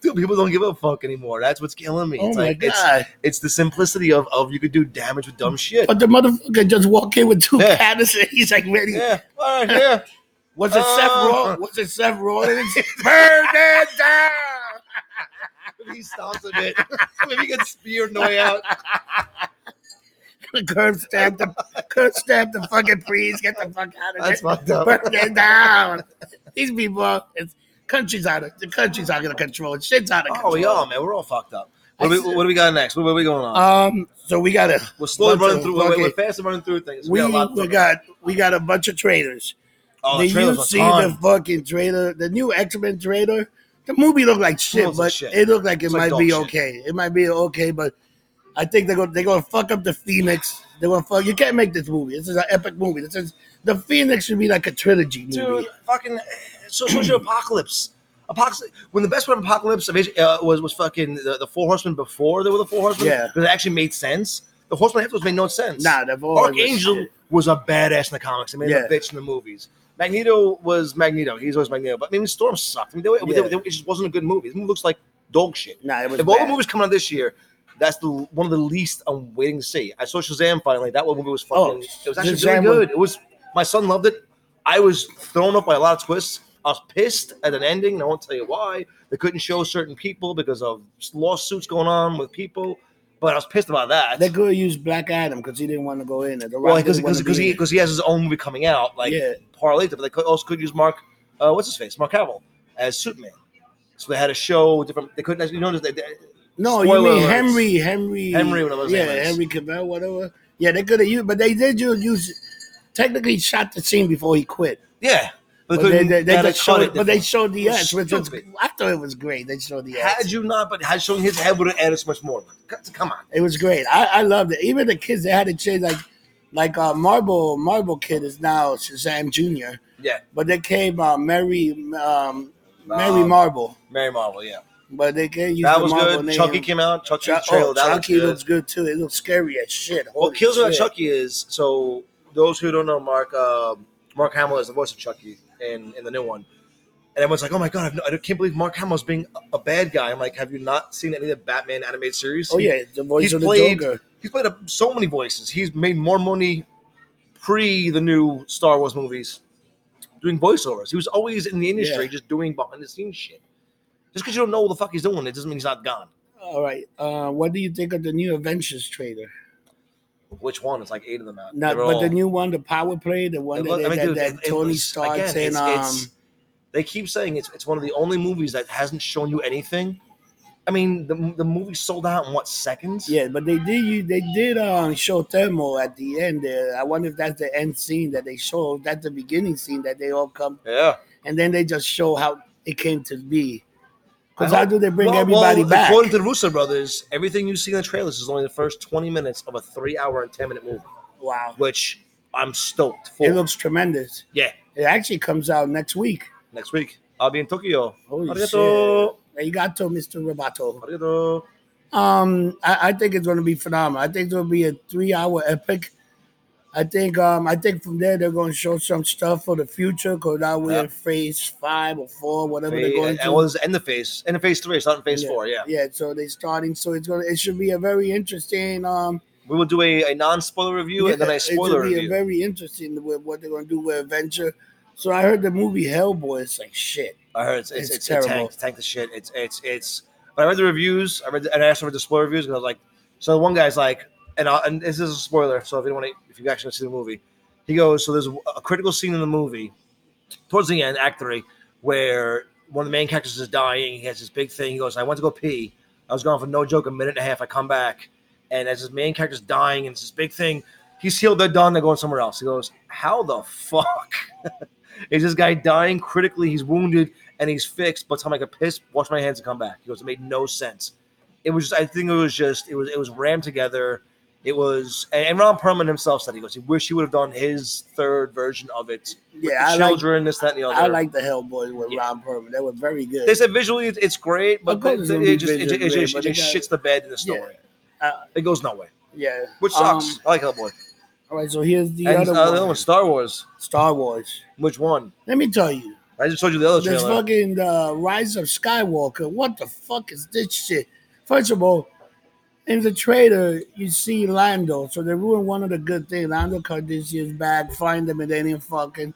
[SPEAKER 2] Dude, people don't give a fuck anymore. That's what's killing me.
[SPEAKER 1] Oh
[SPEAKER 2] it's
[SPEAKER 1] my
[SPEAKER 2] like it's
[SPEAKER 1] god!
[SPEAKER 2] it's the simplicity of, of you could do damage with dumb shit.
[SPEAKER 1] But the motherfucker just walked in with two
[SPEAKER 2] Yeah.
[SPEAKER 1] patties and he's like ready.
[SPEAKER 2] Yeah, all right, yeah.
[SPEAKER 1] Was it Seth
[SPEAKER 2] Uh.
[SPEAKER 1] Rollins? Was it Seth Rollins? Burn it down!
[SPEAKER 2] he stops a bit. Maybe he gets speared no way out.
[SPEAKER 1] Kurt stabbed the Kurt stabbed the fucking priest. Get the fuck out of
[SPEAKER 2] That's
[SPEAKER 1] there!
[SPEAKER 2] fucked up.
[SPEAKER 1] Burn it down! These people, it's countries out of the country's out of control. Shit's out of
[SPEAKER 2] Oh,
[SPEAKER 1] control.
[SPEAKER 2] we all man, we're all fucked up. What do we, what do we got next? What, what are we going on?
[SPEAKER 1] Um, so we got a
[SPEAKER 2] we're slowly
[SPEAKER 1] bunch
[SPEAKER 2] running
[SPEAKER 1] of
[SPEAKER 2] through. We're, we're
[SPEAKER 1] fucking-
[SPEAKER 2] fast running through things.
[SPEAKER 1] we,
[SPEAKER 2] got a lot.
[SPEAKER 1] we got we got a bunch of trailers.
[SPEAKER 2] oh, the
[SPEAKER 1] Did you
[SPEAKER 2] trailers were
[SPEAKER 1] see
[SPEAKER 2] gone.
[SPEAKER 1] the fucking trailer? The new X Men trailer. The movie looked like
[SPEAKER 2] It
[SPEAKER 1] shit,
[SPEAKER 2] looks like
[SPEAKER 1] but
[SPEAKER 2] shit.
[SPEAKER 1] it looked like it
[SPEAKER 2] It's like
[SPEAKER 1] might
[SPEAKER 2] dog
[SPEAKER 1] be
[SPEAKER 2] shit.
[SPEAKER 1] okay. It might be okay, but I think they're gonna they're gonna fuck up the Phoenix. They're gonna fuck. You can't make this movie. This is an epic movie. This is the Phoenix should be like a trilogy movie.
[SPEAKER 2] Dude, fucking eh, so social apocalypse. Apocalypse. When the best part of apocalypse of Asia- uh, was was fucking the, the four horsemen before there were the four horsemen.
[SPEAKER 1] Yeah.
[SPEAKER 2] because it actually made sense. The horsemen afterwards made no sense.
[SPEAKER 1] Nah, the boy was
[SPEAKER 2] Archangel
[SPEAKER 1] shit.
[SPEAKER 2] was a badass in the comics. I mean,
[SPEAKER 1] Yeah.
[SPEAKER 2] a bitch in the movies. Magneto was Magneto. He's always Magneto. But I mean, Storm sucked. I mean, they, they-
[SPEAKER 1] Yeah.
[SPEAKER 2] they- it just wasn't a good movie. This movie looks like dog shit.
[SPEAKER 1] Nah, it was
[SPEAKER 2] If all the
[SPEAKER 1] bad.
[SPEAKER 2] movies coming out this year, that's the one of the least I'm waiting to see. I saw Shazam finally. That one movie was fucking.
[SPEAKER 1] Oh,
[SPEAKER 2] it was actually
[SPEAKER 1] Shazam
[SPEAKER 2] really
[SPEAKER 1] was-
[SPEAKER 2] good. It was. My son loved it. I was thrown up by a lot of twists. I was pissed at an ending, and I won't tell you why. They couldn't show certain people because of lawsuits going on with people. But I was pissed about that.
[SPEAKER 1] They could have used Black Adam because he didn't want to go in. it. The Rock
[SPEAKER 2] Well, because
[SPEAKER 1] didn't wanna
[SPEAKER 2] because
[SPEAKER 1] be
[SPEAKER 2] he
[SPEAKER 1] in it.
[SPEAKER 2] because he has his own movie coming out, like
[SPEAKER 1] Yeah.
[SPEAKER 2] parlay it, but they could, also could use Mark, uh, what's his face, Mark Hamill as Superman. So they had a show different. They couldn't. You notice that they,
[SPEAKER 1] no, you
[SPEAKER 2] Spoiler
[SPEAKER 1] mean
[SPEAKER 2] alerts.
[SPEAKER 1] Henry, Henry,
[SPEAKER 2] Henry, whatever his
[SPEAKER 1] yeah,
[SPEAKER 2] name is.
[SPEAKER 1] Henry Cavill, whatever. Yeah, they could have used, but they did use, use technically shot the scene before he quit.
[SPEAKER 2] yeah,
[SPEAKER 1] But
[SPEAKER 2] but
[SPEAKER 1] they,
[SPEAKER 2] couldn't-
[SPEAKER 1] they, they
[SPEAKER 2] had a
[SPEAKER 1] just showed
[SPEAKER 2] cut
[SPEAKER 1] it, but they
[SPEAKER 2] different.
[SPEAKER 1] showed the
[SPEAKER 2] It was
[SPEAKER 1] ass, which was
[SPEAKER 2] stupid.
[SPEAKER 1] I thought it was great. They showed the ass.
[SPEAKER 2] had you not, but had showing his head would have added so much more. C- Come on,
[SPEAKER 1] It was great. I, I loved it. Even the kids they had to change like like uh Marble Marble Kid is now Shazam Junior.
[SPEAKER 2] yeah,
[SPEAKER 1] But they came uh Mary um Mary
[SPEAKER 2] Um,
[SPEAKER 1] Marble.
[SPEAKER 2] Mary Marvel, yeah,
[SPEAKER 1] But they can't use
[SPEAKER 2] that
[SPEAKER 1] the
[SPEAKER 2] was
[SPEAKER 1] Marble
[SPEAKER 2] good.
[SPEAKER 1] name.
[SPEAKER 2] Chucky came out. Chucky's
[SPEAKER 1] Chuck-
[SPEAKER 2] trailer,
[SPEAKER 1] oh,
[SPEAKER 2] that was
[SPEAKER 1] Chucky
[SPEAKER 2] good.
[SPEAKER 1] looks good too. It looks scary as shit.
[SPEAKER 2] What
[SPEAKER 1] Holy
[SPEAKER 2] kills me about
[SPEAKER 1] shit.
[SPEAKER 2] Chucky is so those who don't know Mark um Mark Hamill is the voice of Chucky in, in the new one, and everyone's like, "Oh my god, I've no, I can't believe Mark Hamill's being a, a bad guy." I'm like, "Have you not seen any of the Batman animated series?"
[SPEAKER 1] Oh yeah, the voice
[SPEAKER 2] He's
[SPEAKER 1] of the
[SPEAKER 2] played-
[SPEAKER 1] Joker.
[SPEAKER 2] he's played up so many voices. He's made more money pre the new Star Wars movies doing voiceovers. He was always in the industry,
[SPEAKER 1] Yeah.
[SPEAKER 2] just doing behind the scenes shit. Just because you don't know what the fuck he's doing, it doesn't mean he's not gone.
[SPEAKER 1] All right. Uh, what do you think of the new Avengers trailer?
[SPEAKER 2] Which one? It's like eight of them out.
[SPEAKER 1] Not,
[SPEAKER 2] They were
[SPEAKER 1] but the
[SPEAKER 2] all-
[SPEAKER 1] new one, the power play, the one
[SPEAKER 2] It
[SPEAKER 1] that,
[SPEAKER 2] look-
[SPEAKER 1] they- that,
[SPEAKER 2] dude,
[SPEAKER 1] that
[SPEAKER 2] it- it
[SPEAKER 1] Tony
[SPEAKER 2] looks-
[SPEAKER 1] Stark
[SPEAKER 2] again,
[SPEAKER 1] and
[SPEAKER 2] it's-
[SPEAKER 1] um,
[SPEAKER 2] it's- they keep saying it's it's one of the only movies that hasn't shown you anything. I mean, the, the movie sold out in what seconds?
[SPEAKER 1] yeah, but they did you they did um show Thermo at the end there. I wonder if that's the end scene that they showed. That's the beginning scene that they all come,
[SPEAKER 2] yeah.
[SPEAKER 1] and then they just show how it came to be. Because
[SPEAKER 2] I
[SPEAKER 1] how
[SPEAKER 2] hope-
[SPEAKER 1] do they bring
[SPEAKER 2] Well,
[SPEAKER 1] everybody
[SPEAKER 2] well,
[SPEAKER 1] back?
[SPEAKER 2] According to the Russo brothers, everything you see in the trailers is only the first twenty minutes of a three-hour and ten-minute movie,
[SPEAKER 1] wow,
[SPEAKER 2] which I'm stoked for.
[SPEAKER 1] it looks tremendous.
[SPEAKER 2] yeah,
[SPEAKER 1] It actually comes out next week.
[SPEAKER 2] next week I'll be in Tokyo.
[SPEAKER 1] Holy
[SPEAKER 2] Arigato.
[SPEAKER 1] shit! You got to Mr. Roboto.
[SPEAKER 2] Arigato.
[SPEAKER 1] Um, I, I think it's going to be phenomenal. I think it'll be a three-hour epic. I think um I think from there they're going to show some stuff for the future because now we're
[SPEAKER 2] Yeah.
[SPEAKER 1] in phase five or four, whatever
[SPEAKER 2] They-
[SPEAKER 1] they're going
[SPEAKER 2] I
[SPEAKER 1] to.
[SPEAKER 2] was in the phase, in the phase three, it's not in phase four. Yeah,
[SPEAKER 1] yeah, so they're starting. So it's gonna it should be a very interesting um
[SPEAKER 2] we will do a, a non-spoiler review and then
[SPEAKER 1] Yeah,
[SPEAKER 2] a
[SPEAKER 1] it's gonna
[SPEAKER 2] spoiler
[SPEAKER 1] be a
[SPEAKER 2] review.
[SPEAKER 1] very interesting with what they're gonna do with Adventure. So I heard the movie Hellboy. It's like shit.
[SPEAKER 2] I heard it's it's,
[SPEAKER 1] It's
[SPEAKER 2] it's,
[SPEAKER 1] terrible.
[SPEAKER 2] tank, tank the shit. It's it's it's. But I read the reviews. I read the, and I asked for the spoiler reviews because I was like, so one guy's like, and I, and this is a spoiler. So if you want to, if you actually wanna see the movie, he goes. So there's a, a critical scene in the movie, towards the end, act three, where one of the main characters is dying. He has this big thing. He goes, I went to go pee. I was gone for no joke a minute and a half. I come back, and as his main character's dying, and it's this big thing. He's healed. They're done. They're going somewhere else. He goes, how the fuck? Is this guy dying critically? He's wounded and he's fixed. By the time I could piss, wash my hands, and come back. He goes, it made no sense. It was, I think it was just, it was, it was rammed together. It was, and, and Ron Perlman himself said he goes, he wish he would have done his third version of it.
[SPEAKER 1] Yeah, I like
[SPEAKER 2] children, this, that, and the other.
[SPEAKER 1] I like the Hellboy with
[SPEAKER 2] Yeah.
[SPEAKER 1] Ron Perlman. That was very good.
[SPEAKER 2] They said visually it's, it's great, but
[SPEAKER 1] Of course it's
[SPEAKER 2] it, it
[SPEAKER 1] gonna be
[SPEAKER 2] just, it, just- it,
[SPEAKER 1] visually great,
[SPEAKER 2] just,
[SPEAKER 1] but
[SPEAKER 2] it just
[SPEAKER 1] they
[SPEAKER 2] shits the bed in the
[SPEAKER 1] yeah.
[SPEAKER 2] story.
[SPEAKER 1] Uh,
[SPEAKER 2] It goes nowhere,
[SPEAKER 1] yeah.
[SPEAKER 2] which sucks.
[SPEAKER 1] Um,
[SPEAKER 2] I like Hellboy.
[SPEAKER 1] all right, so here's the
[SPEAKER 2] And
[SPEAKER 1] other,
[SPEAKER 2] uh, the
[SPEAKER 1] one.
[SPEAKER 2] other one, Star Wars.
[SPEAKER 1] Star Wars.
[SPEAKER 2] Which one?
[SPEAKER 1] Let me tell you,
[SPEAKER 2] I just told you the other
[SPEAKER 1] this
[SPEAKER 2] Oh, trailer.
[SPEAKER 1] fucking uh, Rise of Skywalker. What the fuck is this shit? First of all, in the trailer, you see Lando. So they ruined one of the good things. Lando cut this year's back, find them, and they didn't fucking.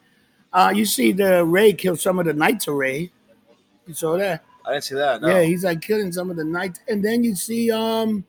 [SPEAKER 1] Uh, you see the Ray kill some of the Knights of Ray. You saw that?
[SPEAKER 2] I didn't see that. No.
[SPEAKER 1] Yeah, he's like killing some of the Knights. And then you see, um,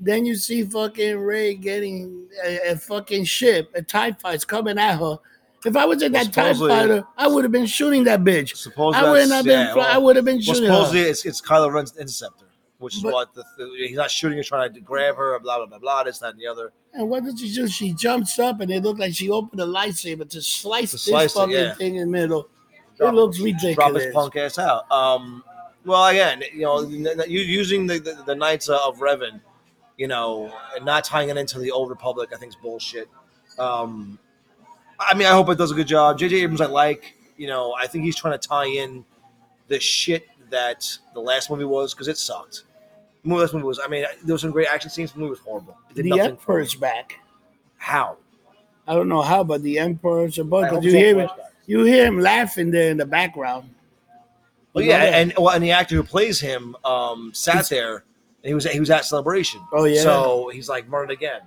[SPEAKER 1] then you see fucking Ray getting a, a fucking ship, a TIE fighter's coming at her. If I was in that TIE
[SPEAKER 2] Supposedly-
[SPEAKER 1] fighter, I would have been shooting that bitch.
[SPEAKER 2] Supposedly
[SPEAKER 1] I would
[SPEAKER 2] that's-
[SPEAKER 1] have been.
[SPEAKER 2] yeah,
[SPEAKER 1] fly- I
[SPEAKER 2] well-
[SPEAKER 1] would have been
[SPEAKER 2] Well,
[SPEAKER 1] shooting.
[SPEAKER 2] supposedly
[SPEAKER 1] her.
[SPEAKER 2] it's, it's Kylo Ren's interceptor, which is
[SPEAKER 1] But-
[SPEAKER 2] what the, he's not shooting. He's trying to grab her. Blah blah blah blah. This that and the other.
[SPEAKER 1] And what did she do? She jumps up and it looked like she opened a lightsaber to slice
[SPEAKER 2] To
[SPEAKER 1] this
[SPEAKER 2] slice it,
[SPEAKER 1] fucking
[SPEAKER 2] yeah.
[SPEAKER 1] thing in the middle.
[SPEAKER 2] Drop-
[SPEAKER 1] it looks
[SPEAKER 2] Drop his
[SPEAKER 1] ridiculous.
[SPEAKER 2] punk ass out. Um. Well, again, you know, n- n- you using the the, the Knights of Revan, you know, and not tying it into the Old Republic, I think is bullshit. Um, I mean, I hope it does a good job. J.J. Abrams, I like. You know, I think he's trying to tie in the shit that the last movie was because it sucked. The last movie was. I mean, there was some great action scenes. The movie was horrible. It did
[SPEAKER 1] The
[SPEAKER 2] nothing for me.
[SPEAKER 1] Emperor's back.
[SPEAKER 2] How?
[SPEAKER 1] I don't know how, but the Emperor's
[SPEAKER 2] I
[SPEAKER 1] above.
[SPEAKER 2] hope
[SPEAKER 1] Cause you
[SPEAKER 2] so.
[SPEAKER 1] hear him, you hear him laughing there in the background.
[SPEAKER 2] Well,
[SPEAKER 1] You know
[SPEAKER 2] yeah,
[SPEAKER 1] that?
[SPEAKER 2] and well, and the actor who plays him um, sat there, and he was he was at Celebration.
[SPEAKER 1] Oh, yeah.
[SPEAKER 2] So he's like murdered again.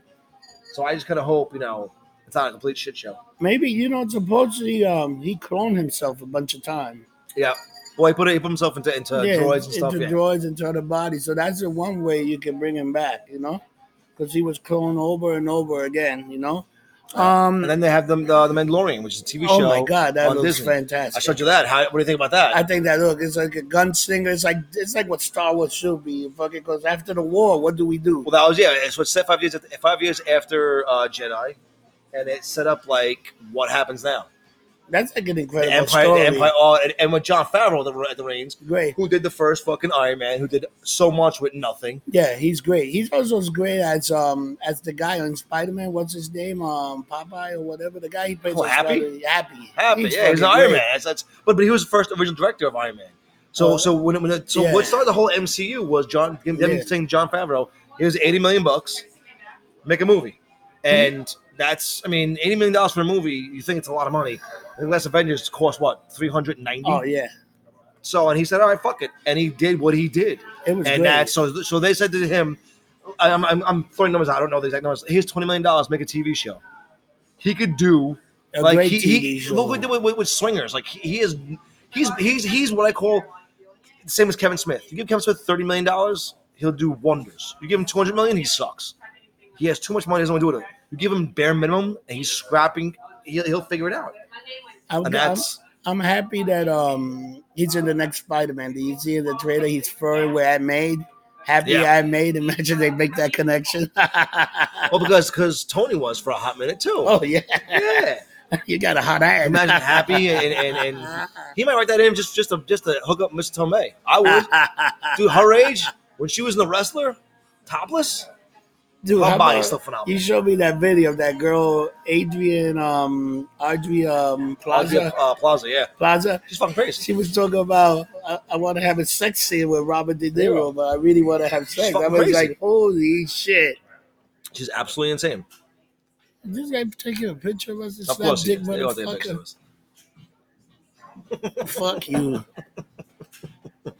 [SPEAKER 2] So I just kind of hope you know it's not a complete shit show.
[SPEAKER 1] maybe you know supposedly um he cloned himself a bunch of times.
[SPEAKER 2] Yeah. Well, he put he put himself into into droids and stuff.
[SPEAKER 1] into
[SPEAKER 2] yeah.
[SPEAKER 1] droids into other bodies. So that's the one way you can bring him back, you know, because he was cloned over and over again, you know. Um,
[SPEAKER 2] and then they have them the, the Mandalorian, which is a TV
[SPEAKER 1] oh
[SPEAKER 2] show.
[SPEAKER 1] my god, that
[SPEAKER 2] on
[SPEAKER 1] looks
[SPEAKER 2] Disney. I
[SPEAKER 1] fantastic.
[SPEAKER 2] showed you that. How, what do you think about that?
[SPEAKER 1] I think that look, it's like a gunslinger. It's like it's like what Star Wars should be. Fucking, because after the war, what do we do?
[SPEAKER 2] Well, that was yeah. So it's set five years five years after uh, Jedi, and it set up like what happens now.
[SPEAKER 1] That's like an
[SPEAKER 2] The
[SPEAKER 1] incredible
[SPEAKER 2] Empire,
[SPEAKER 1] story.
[SPEAKER 2] the Empire, all, and, and with John Favreau at the, at the reins,
[SPEAKER 1] Great.
[SPEAKER 2] who did the first fucking Iron Man, who did so much with nothing.
[SPEAKER 1] Yeah, he's great. He's also as great as um as the guy on Spider Man. What's his name? Um, Popeye or whatever. The guy he plays.
[SPEAKER 2] Oh,
[SPEAKER 1] on
[SPEAKER 2] Happy?
[SPEAKER 1] Spider- Happy.
[SPEAKER 2] Happy, yeah, he's an
[SPEAKER 1] fucking
[SPEAKER 2] Iron Man.
[SPEAKER 1] great.
[SPEAKER 2] That's, that's, but but he was the first original director of Iron Man. So
[SPEAKER 1] Uh,
[SPEAKER 2] so when, it- when it, so
[SPEAKER 1] yeah.
[SPEAKER 2] what started the whole MCU was John him
[SPEAKER 1] Yeah.
[SPEAKER 2] saying John Favreau. Here's eighty million bucks, make a movie,
[SPEAKER 1] Mm-hmm.
[SPEAKER 2] and that's I mean eighty million dollars for a movie. You think it's a lot of money? The last Avengers cost what three hundred ninety.
[SPEAKER 1] Oh yeah,
[SPEAKER 2] So and he said, all right, fuck it, and he did what he did.
[SPEAKER 1] it was
[SPEAKER 2] and
[SPEAKER 1] great.
[SPEAKER 2] that's so. So they said to him, I- "I'm I'm, I'm throwing numbers. out, I don't know the exact numbers. Here's twenty million dollars. Make a TV show. He could do
[SPEAKER 1] a
[SPEAKER 2] like
[SPEAKER 1] great
[SPEAKER 2] he,
[SPEAKER 1] TV
[SPEAKER 2] he
[SPEAKER 1] show.
[SPEAKER 2] look what he did with, with, with Swingers. Like he, he is, he's he's he's what I call the same as Kevin Smith. You give Kevin Smith thirty million dollars, he'll do wonders. You give him two hundred million, he sucks. He has too much money. He doesn't want to do it. You give him bare minimum, and he's scrapping. He'll, he'll figure it out.
[SPEAKER 1] I'm,
[SPEAKER 2] And
[SPEAKER 1] I'm,
[SPEAKER 2] that's
[SPEAKER 1] I'm happy that um he's in the next Spider Man. Do you see in the trailer? He's throwing where I made. Happy
[SPEAKER 2] Yeah.
[SPEAKER 1] I made. Imagine they make that connection.
[SPEAKER 2] well because because Tony was for a hot minute too.
[SPEAKER 1] oh yeah,
[SPEAKER 2] Yeah.
[SPEAKER 1] you got a hot ass.
[SPEAKER 2] Imagine happy and, and, and he might write that in just just to, just to hook up Miss Tomei. I would, dude. Her age when she was in the wrestler, topless,
[SPEAKER 1] Dude,
[SPEAKER 2] her
[SPEAKER 1] how
[SPEAKER 2] body's
[SPEAKER 1] about-
[SPEAKER 2] still
[SPEAKER 1] You
[SPEAKER 2] phenomenal.
[SPEAKER 1] showed me that video of that girl, Adrian, um, Audrey, um, Plaza,
[SPEAKER 2] Uh, Plaza, yeah,
[SPEAKER 1] Plaza.
[SPEAKER 2] she's fucking crazy.
[SPEAKER 1] She was talking about I, I want to have a sex scene with Robert De Niro,
[SPEAKER 2] Yeah.
[SPEAKER 1] but I really want to have sex. I
[SPEAKER 2] fucking
[SPEAKER 1] was
[SPEAKER 2] crazy.
[SPEAKER 1] like, holy shit!
[SPEAKER 2] She's absolutely insane.
[SPEAKER 1] This guy taking a picture of us. It's
[SPEAKER 2] Of
[SPEAKER 1] not
[SPEAKER 2] course, he
[SPEAKER 1] dick
[SPEAKER 2] is. They all take pictures of
[SPEAKER 1] motherfucker.
[SPEAKER 2] us.
[SPEAKER 1] Fuck
[SPEAKER 2] Mm.
[SPEAKER 1] you.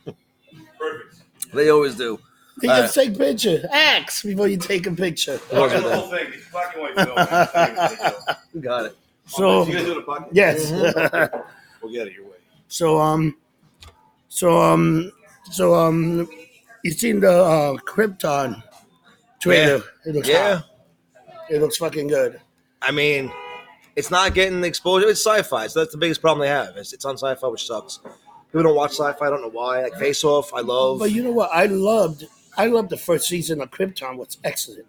[SPEAKER 3] Perfect.
[SPEAKER 2] They always do.
[SPEAKER 1] He
[SPEAKER 2] Uh,
[SPEAKER 1] just take picture. Ask before you take a picture.
[SPEAKER 3] I got the whole thing. It's black and white film. Oh,
[SPEAKER 2] You got it.
[SPEAKER 1] So
[SPEAKER 3] you guys do the podcast?
[SPEAKER 1] yes.
[SPEAKER 2] Mm-hmm.
[SPEAKER 3] We'll get out of your way.
[SPEAKER 1] so um, so um, so um, you seen the uh, Krypton trailer? It looks
[SPEAKER 2] Yeah.
[SPEAKER 1] hot. It looks fucking good.
[SPEAKER 2] I mean, it's not getting the exposure. It's sci-fi, so that's the biggest problem they have. It's, it's on sci-fi, which sucks. People don't watch sci-fi. I don't know why. Like Face Off, I love.
[SPEAKER 1] But you know what? I loved. I loved the first season of Krypton. Was excellent.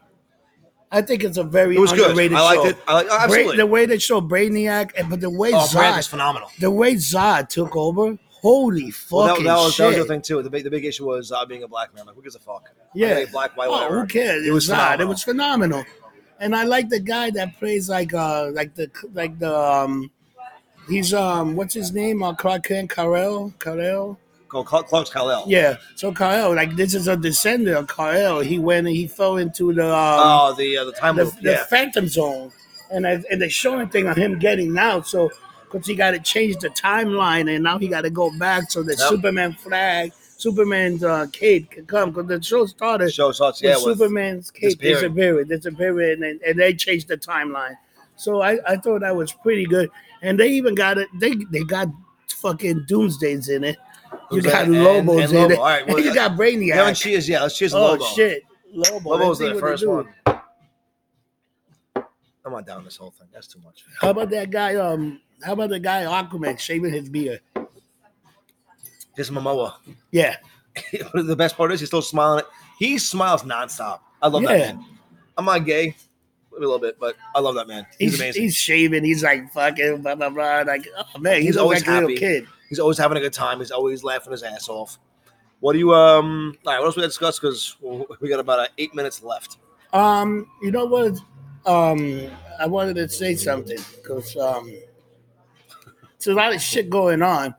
[SPEAKER 1] I think it's a very
[SPEAKER 2] it was good.
[SPEAKER 1] underrated
[SPEAKER 2] I liked
[SPEAKER 1] show.
[SPEAKER 2] it. I like, oh,
[SPEAKER 1] Bra-
[SPEAKER 2] absolutely.
[SPEAKER 1] the way they show Brainiac, and but the way
[SPEAKER 2] oh, Brand is
[SPEAKER 1] Zod,
[SPEAKER 2] phenomenal.
[SPEAKER 1] the way Zod took over, holy fucking
[SPEAKER 2] Well, that, that was,
[SPEAKER 1] shit!
[SPEAKER 2] that was the other thing too. The big, the big issue was uh, being a black man. Like, who gives a fuck?
[SPEAKER 1] Yeah.
[SPEAKER 2] Like, black, white,
[SPEAKER 1] oh,
[SPEAKER 2] whatever.
[SPEAKER 1] who cares?
[SPEAKER 2] It was
[SPEAKER 1] Zod. It
[SPEAKER 2] phenomenal.
[SPEAKER 1] was phenomenal, and I like the guy that plays like uh like the like the um he's um what's his name? Uh, Clarkan Karel Karel.
[SPEAKER 2] Called Cl- Clark's Kal-El.
[SPEAKER 1] Yeah. So Karel, like this is a descendant of Karel. He went and he fell into the um,
[SPEAKER 2] Oh, the uh, the time
[SPEAKER 1] the,
[SPEAKER 2] loop.
[SPEAKER 1] the
[SPEAKER 2] yeah.
[SPEAKER 1] Phantom Zone, and I, and they showing thing on him getting out. So because he got to change the timeline, and now he got to go back so that
[SPEAKER 2] Yep.
[SPEAKER 1] Superman flag, Superman's uh, cape could come because the show started
[SPEAKER 2] Show starts.
[SPEAKER 1] with
[SPEAKER 2] Yeah. With,
[SPEAKER 1] Superman's cape
[SPEAKER 2] disappearing.
[SPEAKER 1] disappearing, disappearing, and, and they changed the timeline. So I, I thought that was pretty good, and they even got it. They they got fucking Doomsdays in it. You
[SPEAKER 2] Who's that?
[SPEAKER 1] got
[SPEAKER 2] And-
[SPEAKER 1] Lobos
[SPEAKER 2] and
[SPEAKER 1] in
[SPEAKER 2] Lobo.
[SPEAKER 1] it.
[SPEAKER 2] All right, well,
[SPEAKER 1] you got
[SPEAKER 2] yeah. Haven't
[SPEAKER 1] Brainiac.
[SPEAKER 2] cheers. Yeah. Let's cheers. to
[SPEAKER 1] Oh
[SPEAKER 2] Lobo.
[SPEAKER 1] shit, Lobo.
[SPEAKER 2] Lobo
[SPEAKER 1] Let's
[SPEAKER 2] was
[SPEAKER 1] see
[SPEAKER 2] the
[SPEAKER 1] what they
[SPEAKER 2] first
[SPEAKER 1] do.
[SPEAKER 2] one. I'm not down this whole thing. That's too much.
[SPEAKER 1] How about that guy? Um, how about the guy Aquaman shaving his beard?
[SPEAKER 2] This Momoa.
[SPEAKER 1] Yeah,
[SPEAKER 2] the best part is he's still smiling. He smiles nonstop. I love
[SPEAKER 1] Yeah.
[SPEAKER 2] that man. I'm not gay, a little bit, but I love that man. He's,
[SPEAKER 1] he's
[SPEAKER 2] amazing.
[SPEAKER 1] he's shaving. He's like fucking blah blah blah. Like oh man, he
[SPEAKER 2] He's
[SPEAKER 1] looks
[SPEAKER 2] always
[SPEAKER 1] like a little
[SPEAKER 2] happy.
[SPEAKER 1] kid.
[SPEAKER 2] He's always having a good time. He's always laughing his ass off. What do you um? All right, what else we got to discuss? Because we got about uh, eight minutes left.
[SPEAKER 1] Um, you know what? Um, I wanted to say something because um, it's a lot of shit going on,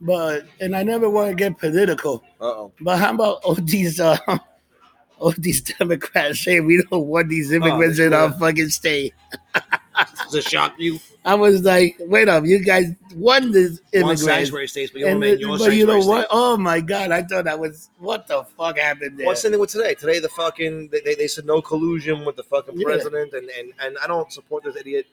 [SPEAKER 1] but and I never want to get political.
[SPEAKER 2] Uh oh.
[SPEAKER 1] But how about all these uh, all these Democrats saying we don't want these immigrants in our
[SPEAKER 2] Oh, yeah.
[SPEAKER 1] fucking state?
[SPEAKER 2] Does it shock you?
[SPEAKER 1] I was like, wait up, you guys won this
[SPEAKER 2] One
[SPEAKER 1] immigrants.
[SPEAKER 2] sanctuary states, but you
[SPEAKER 1] And
[SPEAKER 2] only
[SPEAKER 1] it-
[SPEAKER 2] made your
[SPEAKER 1] but you know
[SPEAKER 2] sanctuary
[SPEAKER 1] what?
[SPEAKER 2] state.
[SPEAKER 1] Oh my god! I thought that was what the fuck happened there.
[SPEAKER 2] What's the thing with today? Today the fucking they, they, they said no collusion with the fucking
[SPEAKER 1] Yeah.
[SPEAKER 2] president, and, and and I don't support this idiot.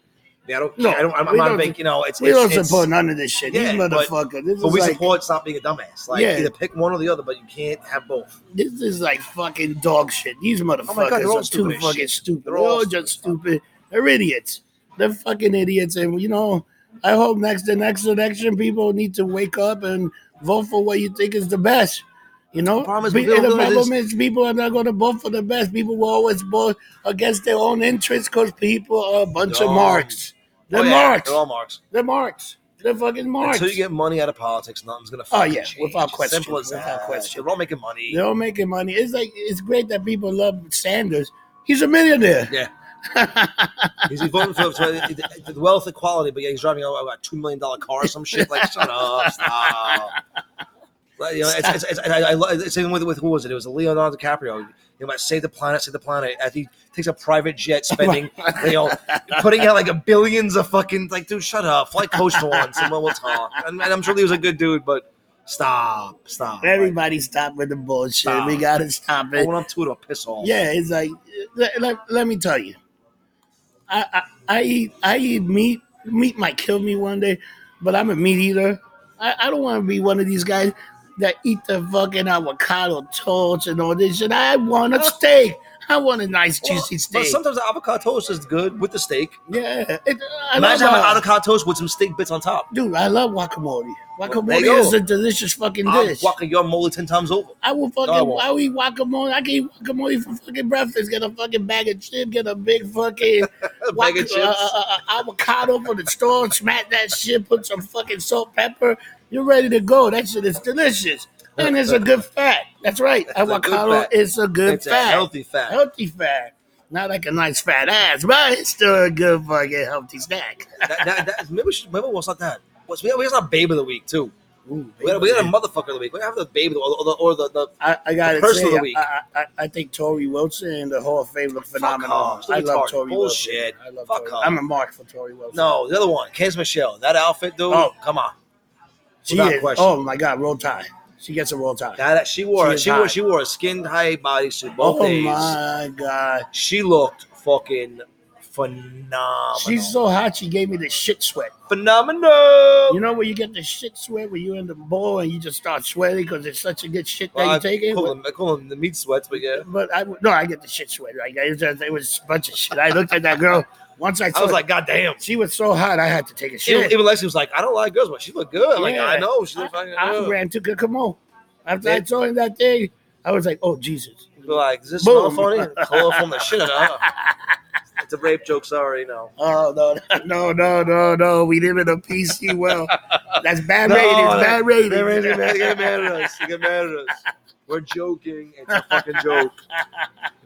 [SPEAKER 2] I don't.
[SPEAKER 1] No,
[SPEAKER 2] I don't. I'm,
[SPEAKER 1] we
[SPEAKER 2] I'm not a
[SPEAKER 1] don't
[SPEAKER 2] big. You know, it's
[SPEAKER 1] we
[SPEAKER 2] it's,
[SPEAKER 1] don't
[SPEAKER 2] it's-
[SPEAKER 1] support none of this shit.
[SPEAKER 2] Yeah,
[SPEAKER 1] These
[SPEAKER 2] but-
[SPEAKER 1] motherfucker. This
[SPEAKER 2] But
[SPEAKER 1] is
[SPEAKER 2] we
[SPEAKER 1] like
[SPEAKER 2] support stop being a dumbass. Like
[SPEAKER 1] Yeah.
[SPEAKER 2] either pick one or the other, but you can't have both.
[SPEAKER 1] this is like fucking dog shit. These
[SPEAKER 2] Oh God,
[SPEAKER 1] motherfuckers
[SPEAKER 2] they're all
[SPEAKER 1] are
[SPEAKER 2] stupid
[SPEAKER 1] too
[SPEAKER 2] as
[SPEAKER 1] fucking
[SPEAKER 2] shit.
[SPEAKER 1] stupid. They're
[SPEAKER 2] They're
[SPEAKER 1] all,
[SPEAKER 2] all
[SPEAKER 1] just
[SPEAKER 2] stupid.
[SPEAKER 1] stupid. They're idiots. They're fucking idiots. And you know, I hope next the next election people need to wake up and vote for what you think is the best. You know,
[SPEAKER 2] The problem is
[SPEAKER 1] Be-
[SPEAKER 2] we don't
[SPEAKER 1] and the
[SPEAKER 2] know this-
[SPEAKER 1] problem is people are not going to vote for the best. People will always vote against their own interests because people are a bunch of
[SPEAKER 2] Dumb.
[SPEAKER 1] marks. They're
[SPEAKER 2] Oh, yeah,
[SPEAKER 1] marks.
[SPEAKER 2] They're all marks.
[SPEAKER 1] They're marks. They're fucking marks.
[SPEAKER 2] Until you get money out of politics, nothing's gonna.
[SPEAKER 1] Oh,
[SPEAKER 2] fucking
[SPEAKER 1] yeah,
[SPEAKER 2] change.
[SPEAKER 1] without
[SPEAKER 2] It's
[SPEAKER 1] question,
[SPEAKER 2] Simple as
[SPEAKER 1] without
[SPEAKER 2] that.
[SPEAKER 1] question.
[SPEAKER 2] They're all making money.
[SPEAKER 1] They're all making money. It's like it's great that people love Sanders. He's a millionaire.
[SPEAKER 2] Yeah. He's voting for the the wealth equality, but yeah, he's driving a, a two million dollar car or some shit. Like, shut up, stop. Like, you know, it's, it's, it's, and I, I, lo- it's even with, with who was it? It was Leonardo DiCaprio. You know, about save the planet, save the planet. As he takes a private jet, spending, you know, putting out like a billions of fucking like, dude, shut up. Fly coastal once, and we'll we'll talk. And, and I'm sure he was a good dude, but stop, stop.
[SPEAKER 1] Everybody stop with the bullshit.
[SPEAKER 2] Stop.
[SPEAKER 1] We gotta stop
[SPEAKER 2] Like,
[SPEAKER 1] it.
[SPEAKER 2] going up to it, I'll piss off.
[SPEAKER 1] Yeah, it's like let, let, let me tell you. I, I I eat I eat meat. Meat might kill me one day, but I'm a meat eater. I, I don't want to be one of these guys that eat the fucking avocado toast and all this shit. I want a steak. I want a nice juicy
[SPEAKER 2] Uh, But
[SPEAKER 1] steak.
[SPEAKER 2] sometimes the avocado toast is good with the steak.
[SPEAKER 1] yeah, it, I
[SPEAKER 2] Imagine
[SPEAKER 1] love,
[SPEAKER 2] having
[SPEAKER 1] uh,
[SPEAKER 2] avocado toast with some steak bits on top.
[SPEAKER 1] dude. I love guacamole.
[SPEAKER 2] there
[SPEAKER 1] Guacamole
[SPEAKER 2] you
[SPEAKER 1] is
[SPEAKER 2] go. Um,
[SPEAKER 1] a delicious fucking
[SPEAKER 2] I'll
[SPEAKER 1] dish.
[SPEAKER 2] guaca your mole ten times over.
[SPEAKER 1] I will fucking.
[SPEAKER 2] No, I
[SPEAKER 1] I,
[SPEAKER 2] won't.
[SPEAKER 1] will eat guacamole. I can eat guacamole for fucking breakfast. Get a fucking bag of chips. Get a big fucking
[SPEAKER 2] A
[SPEAKER 1] guac-
[SPEAKER 2] bag of chips.
[SPEAKER 1] Uh, uh, uh, avocado from the store. Smack that shit. Put some fucking salt, pepper. You're ready to go. That shit is delicious, and it's a good fat. That's right.
[SPEAKER 2] a good
[SPEAKER 1] avocado
[SPEAKER 2] fat.
[SPEAKER 1] is a good
[SPEAKER 2] it's
[SPEAKER 1] fat.
[SPEAKER 2] a healthy fat.
[SPEAKER 1] Healthy fat. Not like a nice fat ass, but it's still a good fucking healthy snack.
[SPEAKER 2] that, that, that, maybe we should, maybe we'll start that. What's- We we have a babe of the week too.
[SPEAKER 1] Ooh,
[SPEAKER 2] We got, we got a motherfucker of the week. We have the baby or the, or the, or the, the
[SPEAKER 1] I, I got to
[SPEAKER 2] Person of
[SPEAKER 1] say,
[SPEAKER 2] the week.
[SPEAKER 1] I, I, I- I think Tori Wilson and the Hall of Fame look phenomenal.
[SPEAKER 2] off.
[SPEAKER 1] I
[SPEAKER 2] Look at
[SPEAKER 1] love
[SPEAKER 2] Tori.
[SPEAKER 1] Tori
[SPEAKER 2] Bullshit.
[SPEAKER 1] Wilson. I love
[SPEAKER 2] Fuck
[SPEAKER 1] Tori.
[SPEAKER 2] off.
[SPEAKER 1] I'm a mark for Tori Wilson.
[SPEAKER 2] no, the other one, Kez Michelle. That outfit, dude.
[SPEAKER 1] Oh.
[SPEAKER 2] come on.
[SPEAKER 1] she
[SPEAKER 2] without
[SPEAKER 1] is.
[SPEAKER 2] question.
[SPEAKER 1] Oh my God, roll tie. She gets a roll tie.
[SPEAKER 2] That she wore.
[SPEAKER 1] She
[SPEAKER 2] She,
[SPEAKER 1] is
[SPEAKER 2] wore.
[SPEAKER 1] hot.
[SPEAKER 2] She wore a skin high bodysuit both
[SPEAKER 1] oh
[SPEAKER 2] days.
[SPEAKER 1] my God,
[SPEAKER 2] She looked fucking phenomenal.
[SPEAKER 1] she's so hot. She gave me the shit sweat.
[SPEAKER 2] phenomenal.
[SPEAKER 1] You know where you get the shit sweat where you in the bowl and you just start sweating because it's such a good shit that
[SPEAKER 2] Well, I
[SPEAKER 1] you take in.
[SPEAKER 2] call them- I call them the meat sweats, but yeah.
[SPEAKER 1] But I no, I get the shit sweat. Like it was, just, it was a bunch of shit. I looked at that girl once. I,
[SPEAKER 2] I
[SPEAKER 1] saw
[SPEAKER 2] was like, God damn.
[SPEAKER 1] she was so hot. I had to take a shit.
[SPEAKER 2] Even, even Lexi was like, I don't like girls, but she looked good. I'm
[SPEAKER 1] Yeah.
[SPEAKER 2] like, I know. She looked fucking
[SPEAKER 1] I
[SPEAKER 2] good.
[SPEAKER 1] ran to Kokomo. After I
[SPEAKER 2] Oh. Yeah.
[SPEAKER 1] told him that thing, I was like, "Oh Jesus!"
[SPEAKER 2] Be like, is this
[SPEAKER 1] Boom.
[SPEAKER 2] chloroform? Chloroform the shit out of her. It's a rape joke, sorry, no.
[SPEAKER 1] Oh no, no, no, no, no! We live in a PC world. That's bad
[SPEAKER 2] No,
[SPEAKER 1] ratings.
[SPEAKER 2] that-
[SPEAKER 1] Bad ratings.
[SPEAKER 2] They're mad, they get mad at us. They get mad at us. We're joking. It's a fucking joke.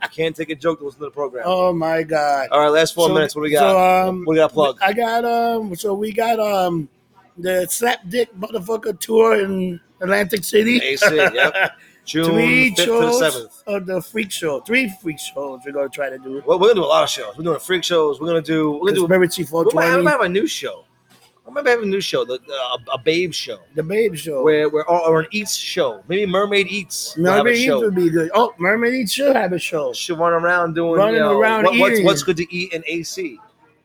[SPEAKER 2] I can't take a joke to listen to the program.
[SPEAKER 1] oh my God!
[SPEAKER 2] All right, last four
[SPEAKER 1] So-
[SPEAKER 2] minutes. What do we got?
[SPEAKER 1] So um,
[SPEAKER 2] what do we got plugged?
[SPEAKER 1] I got um. So we got um, the slap dick motherfucker tour in Atlantic City.
[SPEAKER 2] AC, yep.
[SPEAKER 1] Three
[SPEAKER 2] June 5th to
[SPEAKER 1] shows
[SPEAKER 2] the 7th.
[SPEAKER 1] of the freak show. Three freak shows we're gonna try to do.
[SPEAKER 2] Well, we're gonna do a lot of shows. We're doing freak shows. We're gonna do. We're gonna do.
[SPEAKER 1] Conspiracy
[SPEAKER 2] We might, I
[SPEAKER 1] 420,
[SPEAKER 2] might have a new show. I might have a new show, the, uh, a babe show,
[SPEAKER 1] the Babe Show.
[SPEAKER 2] where where or, or an eats show. Maybe Mermaid Eats. will have a
[SPEAKER 1] Mermaid Eats
[SPEAKER 2] show.
[SPEAKER 1] would be good. Oh, Mermaid Eats should have a show.
[SPEAKER 2] She run around doing
[SPEAKER 1] Running
[SPEAKER 2] you know,
[SPEAKER 1] around
[SPEAKER 2] what, what's,
[SPEAKER 1] eating.
[SPEAKER 2] what's good to eat in AC.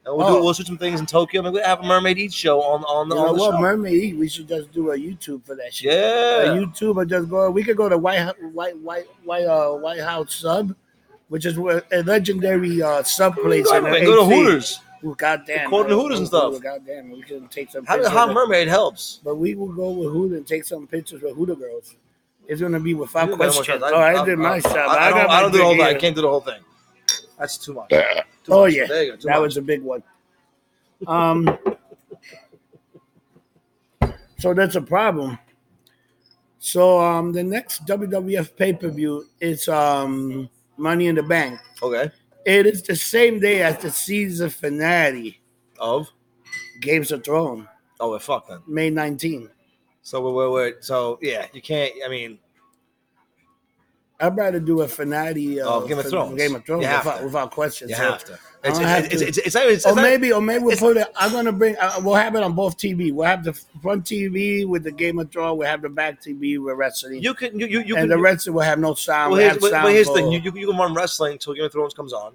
[SPEAKER 2] And we'll
[SPEAKER 1] Oh.
[SPEAKER 2] do we'll shoot some things in Tokyo. Maybe we'll have a Mermaid Eats show on on the,
[SPEAKER 1] You know
[SPEAKER 2] on the
[SPEAKER 1] what,
[SPEAKER 2] show.
[SPEAKER 1] Mermaid Eat, we should just do a YouTube for that shit. A
[SPEAKER 2] yeah,
[SPEAKER 1] YouTube or just go. We could go to White Hou- White White White uh, White House Sub, which is where a legendary uh, sub place.
[SPEAKER 2] Go
[SPEAKER 1] in
[SPEAKER 2] to- go to
[SPEAKER 1] AC.
[SPEAKER 2] Hooters.
[SPEAKER 1] Ooh, goddamn,
[SPEAKER 2] According to
[SPEAKER 1] uh,
[SPEAKER 2] Hooters and
[SPEAKER 1] ooh,
[SPEAKER 2] stuff.
[SPEAKER 1] ooh, Goddamn, we can take some.
[SPEAKER 2] Having a
[SPEAKER 1] pictures
[SPEAKER 2] hot
[SPEAKER 1] of-
[SPEAKER 2] mermaid helps.
[SPEAKER 1] But we will go with Huda and take some pictures with Huda girls. It's gonna be with five
[SPEAKER 2] You did that one
[SPEAKER 1] questions.
[SPEAKER 2] shot.
[SPEAKER 1] oh, I did my shot. but
[SPEAKER 2] I, I
[SPEAKER 1] got
[SPEAKER 2] don't,
[SPEAKER 1] my
[SPEAKER 2] I don't do the whole
[SPEAKER 1] big
[SPEAKER 2] thing. I
[SPEAKER 1] ear.
[SPEAKER 2] can't do the whole thing. That's too much. Too
[SPEAKER 1] Oh
[SPEAKER 2] much.
[SPEAKER 1] yeah,
[SPEAKER 2] There you go, too
[SPEAKER 1] that
[SPEAKER 2] much.
[SPEAKER 1] was a big one. Um, so that's a problem. So um, the next WWF pay per view is um Money in the Bank.
[SPEAKER 2] Okay.
[SPEAKER 1] It is the same day as the season finale,
[SPEAKER 2] Of
[SPEAKER 1] Games of Thrones,
[SPEAKER 2] oh, well, fuck then.
[SPEAKER 1] May 19.
[SPEAKER 2] So we're, we're, we're so yeah, you can't. I mean,
[SPEAKER 1] I'd rather do a finale uh,
[SPEAKER 2] Of Oh, Game of
[SPEAKER 1] for
[SPEAKER 2] Thrones.
[SPEAKER 1] Game of Thrones
[SPEAKER 2] You have
[SPEAKER 1] without,
[SPEAKER 2] to.
[SPEAKER 1] without question.
[SPEAKER 2] you
[SPEAKER 1] So-
[SPEAKER 2] have to. It's,
[SPEAKER 1] I have
[SPEAKER 2] it's, it's,
[SPEAKER 1] to.
[SPEAKER 2] it's, it's not even. It's
[SPEAKER 1] or
[SPEAKER 2] not,
[SPEAKER 1] maybe, or maybe we'll
[SPEAKER 2] it's-
[SPEAKER 1] put it. I'm gonna bring. Uh, we'll have it on both TV. We'll have the front TV with the Game of Thrones. We'll have the back TV with wrestling,
[SPEAKER 2] you can. You you, you
[SPEAKER 1] and
[SPEAKER 2] can.
[SPEAKER 1] the rest of it will have no sound.
[SPEAKER 2] well,
[SPEAKER 1] we'll
[SPEAKER 2] here's,
[SPEAKER 1] have
[SPEAKER 2] well,
[SPEAKER 1] sound
[SPEAKER 2] well, here's the
[SPEAKER 1] for-
[SPEAKER 2] thing. You, you you can run wrestling until Game of Thrones comes on,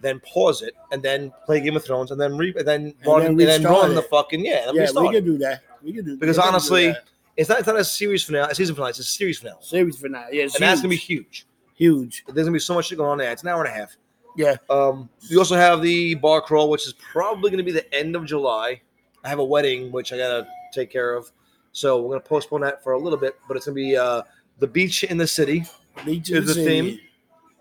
[SPEAKER 2] then pause it, and then play Game of Thrones, and then re, and then run
[SPEAKER 1] then
[SPEAKER 2] and then
[SPEAKER 1] restart
[SPEAKER 2] run the
[SPEAKER 1] it.
[SPEAKER 2] fucking yeah. And
[SPEAKER 1] yeah,
[SPEAKER 2] yeah
[SPEAKER 1] we can do that. We can do
[SPEAKER 2] Because
[SPEAKER 1] we can do
[SPEAKER 2] honestly,
[SPEAKER 1] that.
[SPEAKER 2] it's not it's not a series finale, a season finale. It's a series finale,
[SPEAKER 1] series finale. Yeah, it's
[SPEAKER 2] and that's gonna be
[SPEAKER 1] huge.
[SPEAKER 2] huge.
[SPEAKER 1] huge.
[SPEAKER 2] There's gonna be so much shit going on there. It's an hour and a half.
[SPEAKER 1] Yeah,
[SPEAKER 2] Um, you also have the bar crawl, which is probably going to be the end of July. I have a wedding which I gotta take care of, so we're gonna postpone that for a little bit. But it's gonna be uh, the beach in the city.
[SPEAKER 1] beach
[SPEAKER 2] Is
[SPEAKER 1] is
[SPEAKER 2] the theme?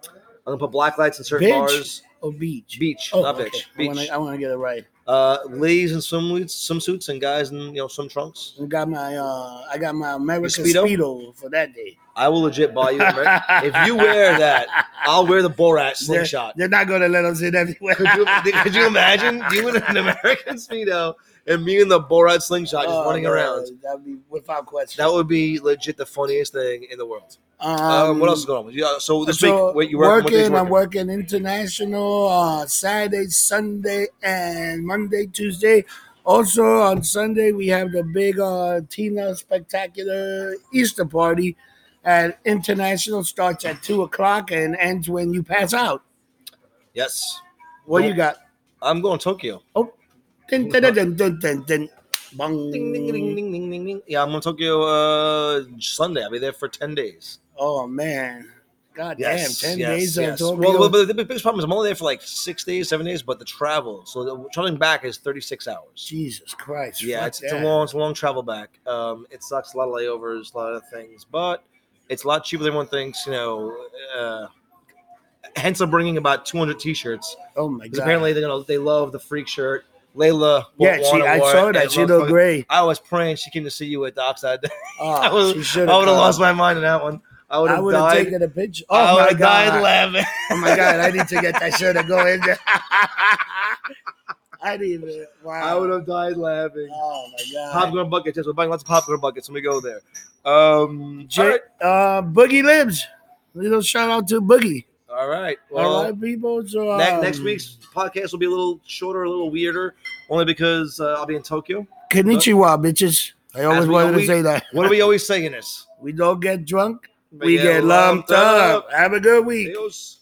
[SPEAKER 2] I'm gonna put black lights in certain
[SPEAKER 1] Bitch.
[SPEAKER 2] bars.
[SPEAKER 1] Oh, beach.
[SPEAKER 2] Beach,
[SPEAKER 1] Oh,
[SPEAKER 2] not
[SPEAKER 1] okay.
[SPEAKER 2] bitch.
[SPEAKER 1] I
[SPEAKER 2] Beach.
[SPEAKER 1] wanna- I want to get it right.
[SPEAKER 2] uh, ladies in swimsuits, swimsuits, and guys in you know swim trunks.
[SPEAKER 1] I got my. uh I got my American
[SPEAKER 2] Speedo?
[SPEAKER 1] speedo? for that day.
[SPEAKER 2] I will legit buy you. a mer- if you wear that, I'll wear the Borat slingshot.
[SPEAKER 1] They're not gonna let us in everywhere.
[SPEAKER 2] Could you, could you imagine you in an American speedo and me in the Borat slingshot just
[SPEAKER 1] Oh,
[SPEAKER 2] running
[SPEAKER 1] no,
[SPEAKER 2] around?
[SPEAKER 1] That'd be without question.
[SPEAKER 2] That would be legit the funniest thing in the world.
[SPEAKER 1] um,
[SPEAKER 2] Um, what else is going on? Yeah, so this
[SPEAKER 1] so
[SPEAKER 2] week, wait, you working?
[SPEAKER 1] working,
[SPEAKER 2] What days you
[SPEAKER 1] I'm
[SPEAKER 2] working?
[SPEAKER 1] working international uh, Saturday, Sunday, and Monday, Tuesday. Also on Sunday, we have the big uh, Tina Spectacular Easter party at International. Starts at two o'clock and ends when you pass out.
[SPEAKER 2] Yes,
[SPEAKER 1] What you got?
[SPEAKER 2] I'm going to Tokyo.
[SPEAKER 1] Mm. Dun, dun, dun, dun, dun, dun, dun.
[SPEAKER 2] Ding, ding, ding,
[SPEAKER 1] Bong.
[SPEAKER 2] ding, ding, ding, ding. Yeah, I'm going to Tokyo uh, Sunday. I'll be there for ten days.
[SPEAKER 1] Oh man, god
[SPEAKER 2] Yes,
[SPEAKER 1] damn, ten
[SPEAKER 2] yes,
[SPEAKER 1] days
[SPEAKER 2] yes.
[SPEAKER 1] of Tokyo.
[SPEAKER 2] Well, but the biggest problem is I'm only there for like six days, seven days, but the travel. So the traveling back is 36 hours.
[SPEAKER 1] Jesus Christ.
[SPEAKER 2] Yeah,
[SPEAKER 1] fuck
[SPEAKER 2] it's, it's a
[SPEAKER 1] that.
[SPEAKER 2] long, it's a long travel back. Um, it sucks. A lot of layovers, a lot of things, but it's a lot cheaper than one thinks. You know, uh, hence I'm bringing about 200 t-shirts
[SPEAKER 1] Oh my
[SPEAKER 2] Because
[SPEAKER 1] god.
[SPEAKER 2] apparently they gonna they love the freak shirt. Layla,
[SPEAKER 1] yeah,
[SPEAKER 2] bought
[SPEAKER 1] she,
[SPEAKER 2] one and
[SPEAKER 1] I
[SPEAKER 2] wore
[SPEAKER 1] saw
[SPEAKER 2] it
[SPEAKER 1] that.
[SPEAKER 2] and
[SPEAKER 1] She
[SPEAKER 2] loved
[SPEAKER 1] looked
[SPEAKER 2] fucking-
[SPEAKER 1] great.
[SPEAKER 2] I was praying she came to see you at Dockside.
[SPEAKER 1] Oh,
[SPEAKER 2] I was-
[SPEAKER 1] she
[SPEAKER 2] I
[SPEAKER 1] should
[SPEAKER 2] would have lost my mind on that one. I would
[SPEAKER 1] I
[SPEAKER 2] have
[SPEAKER 1] would have
[SPEAKER 2] died.
[SPEAKER 1] taken a picture.
[SPEAKER 2] I
[SPEAKER 1] Oh
[SPEAKER 2] would
[SPEAKER 1] my
[SPEAKER 2] have died
[SPEAKER 1] god.
[SPEAKER 2] laughing.
[SPEAKER 1] Oh my god. I need to get that shirt and go in there. I didn't even. Wow.
[SPEAKER 2] I would have died laughing.
[SPEAKER 1] Oh my god.
[SPEAKER 2] Popcorn bucket. Yes, we're buying lots of popcorn buckets when we go there. Um,
[SPEAKER 1] J-
[SPEAKER 2] all right.
[SPEAKER 1] uh, Boogie lives. Little shout out to Boogie.
[SPEAKER 2] All right.
[SPEAKER 1] All
[SPEAKER 2] Well,
[SPEAKER 1] right, people. So
[SPEAKER 2] ne-
[SPEAKER 1] um,
[SPEAKER 2] next week's podcast will be a little shorter, a little weirder, only because uh, I'll be in Tokyo.
[SPEAKER 1] Konnichiwa, bitches. I always
[SPEAKER 2] we
[SPEAKER 1] wanted to
[SPEAKER 2] always-
[SPEAKER 1] say that.
[SPEAKER 2] What are we always saying? This.
[SPEAKER 1] We don't get drunk.
[SPEAKER 2] We
[SPEAKER 1] We
[SPEAKER 2] get
[SPEAKER 1] get lumped
[SPEAKER 2] lumped
[SPEAKER 1] up.
[SPEAKER 2] up.
[SPEAKER 1] Have a good week.
[SPEAKER 2] Adios.